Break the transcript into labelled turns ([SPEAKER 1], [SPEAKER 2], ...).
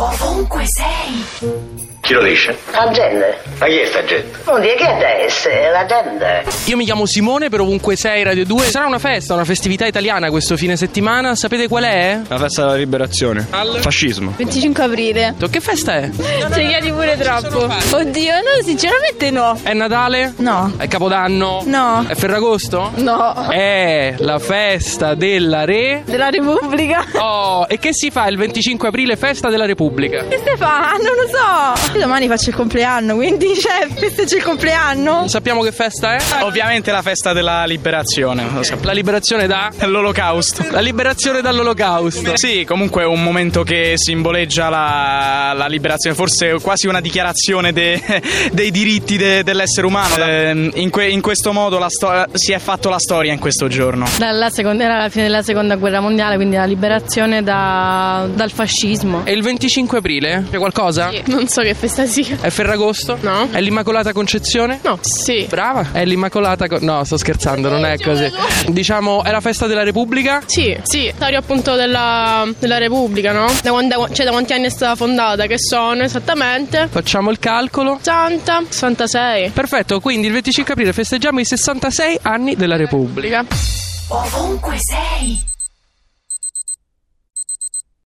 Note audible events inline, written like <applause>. [SPEAKER 1] Ovunque sei,
[SPEAKER 2] Chi lo dice?
[SPEAKER 3] La gente.
[SPEAKER 2] Ma chi è sta gente?
[SPEAKER 3] Non dire che è essere la gente.
[SPEAKER 4] Io mi chiamo Simone per ovunque sei Radio 2. Sarà una festa, una festività italiana questo fine settimana. Sapete qual è?
[SPEAKER 5] La festa della liberazione. Fascismo.
[SPEAKER 6] 25 aprile.
[SPEAKER 4] Che festa è?
[SPEAKER 6] Ci chiedi pure troppo. Oddio, no, sinceramente no.
[SPEAKER 4] È Natale?
[SPEAKER 6] No.
[SPEAKER 4] È Capodanno?
[SPEAKER 6] No.
[SPEAKER 4] È Ferragosto?
[SPEAKER 6] No.
[SPEAKER 4] È la festa della re.
[SPEAKER 6] Della Repubblica. <laughs>
[SPEAKER 4] Oh, e che si fa il 25 aprile, festa della Repubblica?
[SPEAKER 6] Che Stefano, non lo so. Io domani faccio il compleanno, quindi <laughs> cioè, festeggio il compleanno.
[SPEAKER 4] Sappiamo che festa è?
[SPEAKER 6] Ah.
[SPEAKER 7] Ovviamente la festa della liberazione. lo sappiamo.
[SPEAKER 4] La liberazione da.
[SPEAKER 7] L'olocausto.
[SPEAKER 4] La liberazione dall'olocausto.
[SPEAKER 7] Sì, comunque è un momento che simboleggia la, la liberazione, forse quasi una dichiarazione de- <laughs> dei diritti de- dell'essere umano. Ehm, in, que- in questo modo la sto- si è fatto la storia in questo giorno.
[SPEAKER 6] Dalla seconda, era la fine della seconda guerra mondiale, quindi la liberazione da- dal fascismo.
[SPEAKER 4] E il 25 aprile? C'è qualcosa?
[SPEAKER 6] Non so che festa sia.
[SPEAKER 4] È Ferragosto?
[SPEAKER 6] No.
[SPEAKER 4] È l'Immacolata Concezione?
[SPEAKER 6] No, sì.
[SPEAKER 4] Brava. È l'Immacolata. Con- no, sto scherzando, non è così. Diciamo, è la festa della Repubblica?
[SPEAKER 6] Sì, sì, storia appunto della, Repubblica, no? Da cioè da quanti anni è stata fondata, che sono esattamente?
[SPEAKER 4] Facciamo il calcolo.
[SPEAKER 6] 60, 66.
[SPEAKER 4] Perfetto, quindi il 25 aprile festeggiamo i 66 anni della Repubblica.
[SPEAKER 1] ovunque sei.